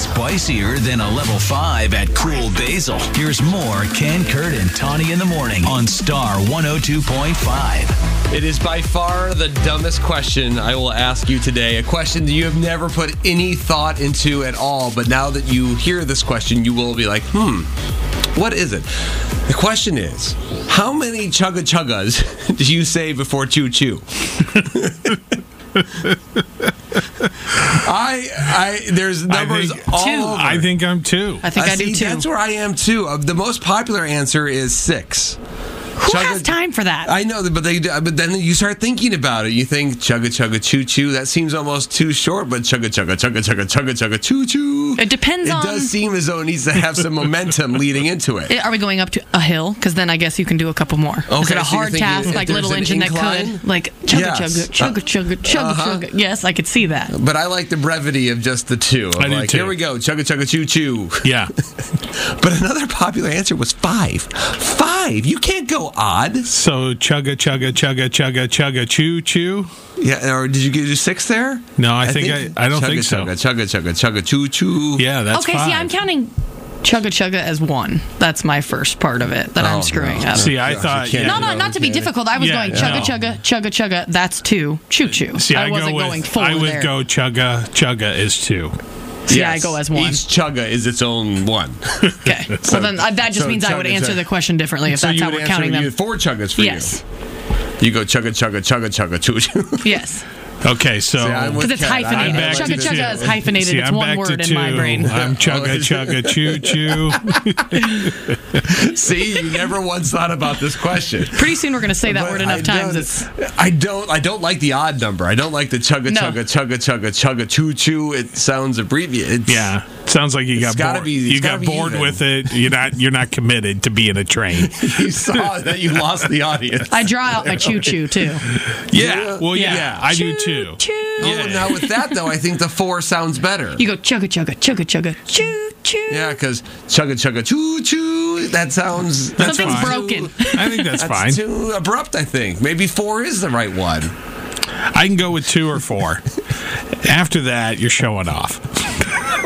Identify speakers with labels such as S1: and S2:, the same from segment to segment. S1: spicier than a level 5 at Cool Basil. Here's more Ken Kurt and Tawny in the morning on Star 102.5.
S2: It is by far the dumbest question I will ask you today. A question that you have never put any thought into at all, but now that you hear this question, you will be like, hmm, what is it? The question is, how many chugga chuggas do you say before choo choo? I, I, there's numbers
S3: think-
S2: all
S4: Two.
S2: over.
S3: I think I'm two.
S4: I think
S2: Uh,
S4: I do
S2: see,
S4: too.
S2: That's where I am too. Uh, the most popular answer is six.
S4: Who has time for that?
S2: I know, but they. But then you start thinking about it. You think chugga chugga choo choo. That seems almost too short. But chugga chugga chugga chugga chugga chugga choo choo.
S4: It depends
S2: It
S4: on-
S2: does seem as though it needs to have some momentum leading into it.
S4: Eh, Are we going up to a hill? Because then I guess you can do a couple more. Is
S2: Okay,
S4: it a
S2: so you're
S4: hard
S2: thinking
S4: task,
S2: if
S4: like
S2: there's
S4: Little
S2: an
S4: Engine
S2: incline?
S4: that could? Like chugga
S2: Yes.
S4: chugga
S2: Uh,
S4: chugga chugga chugga
S2: uh-huh.
S4: chugga. Yes, I could see that.
S2: But I like the brevity of just the two. Of
S3: I do
S2: like,
S3: too.
S2: Here we go, chugga chugga choo choo.
S3: Yeah.
S2: But another popular answer was five. Five. You can't go odd.
S3: So chugga chugga chugga chugga chugga choo choo.
S2: Yeah, or did you do six there?
S3: No, I think I- I don't
S2: chugga,
S3: think so.
S2: Chugga chugga chugga choo choo.
S3: Yeah, that's
S4: okay,
S3: Five.
S4: see, I'm counting chugga chugga as one. That's my first part of it that
S2: Oh,
S4: I'm screwing
S2: no.
S4: up.
S3: See, I
S2: Yeah,
S3: thought.
S2: you can't.
S3: Yeah,
S4: no, no, not to be difficult. I was
S3: Yeah,
S4: going chugga
S3: no.
S4: chugga chugga chugga. That's two. Choo choo.
S3: See, I,
S4: wasn't
S3: go with,
S4: going full
S3: I would
S4: there.
S3: go chugga chugga is two.
S4: See,
S2: Yes.
S4: I go as one.
S2: Each chugga is its own one.
S4: Okay. Well,
S2: So-
S4: then uh, that just
S2: so
S4: means I
S2: chugga
S4: would answer
S2: chugga.
S4: the question differently if
S2: so
S4: that's
S2: you
S4: how
S2: would
S4: we're
S2: answer
S4: counting
S2: you-
S4: them.
S2: four chuggas for
S4: Yes.
S2: you. You go chugga chugga chugga chugga choo choo.
S4: Yes.
S3: Okay, so
S2: I would-
S4: Because it's
S2: Okay, I'm
S4: hyphenated.
S2: back
S4: Chugga
S2: to two.
S4: chugga is hyphenated.
S3: See,
S4: it's
S3: I'm
S4: one
S3: back
S4: word
S3: to
S4: in my
S3: two.
S4: brain.
S3: I'm
S2: Oh,
S3: chugga
S2: is
S3: chugga choo choo.
S2: See, you never once thought about this question.
S4: Pretty soon we're going to say that
S2: But
S4: word enough
S2: I
S4: times.
S2: don't-
S4: It's
S2: I don't. I don't like the odd number. I don't like the chugga
S4: No.
S2: chugga chugga chugga chugga choo choo. It sounds abbreviated. It's-
S3: Yeah, sounds like you
S2: It's
S3: got
S2: gotta
S3: bored.
S2: be- it's
S3: you
S2: gotta
S3: got
S2: be
S3: bored
S2: even.
S3: with it. You're not. You're not committed to being a train.
S2: you saw that you lost the audience.
S4: I draw out my choo choo too.
S3: Yeah. Well, yeah,
S2: Yeah.
S3: I do too.
S4: Choo.
S2: Oh, now with that though, I think the four sounds better.
S4: You go chugga chugga chugga chugga choo choo.
S2: Yeah, because chugga chugga choo choo. That sounds that's
S4: Something's
S2: fine.
S4: broken.
S3: I think that's,
S2: That's
S3: fine.
S2: too abrupt. I think maybe four is the right one.
S3: I can go with two or four. After that, you're showing off.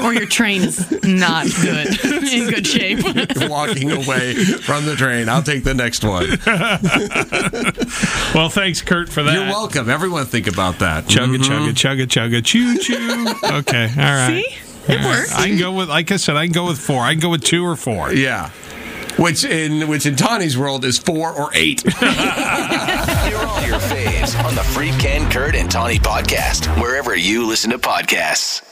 S4: Or your train is not good in good shape.
S2: Walking away from the train. I'll take the next one.
S3: Well, thanks, Kurt, for that.
S2: You're welcome. Everyone think about that.
S3: Chugga chugga chugga chugga choo choo. Okay, all right.
S4: See? It works.
S3: I can go with, like I said, I can go with four. I can go with two or four.
S2: Yeah. Which in which in Tawny's world is four or eight.
S1: Hear all your faves on the free Ken Kurt and Tawny podcast, wherever you listen to podcasts.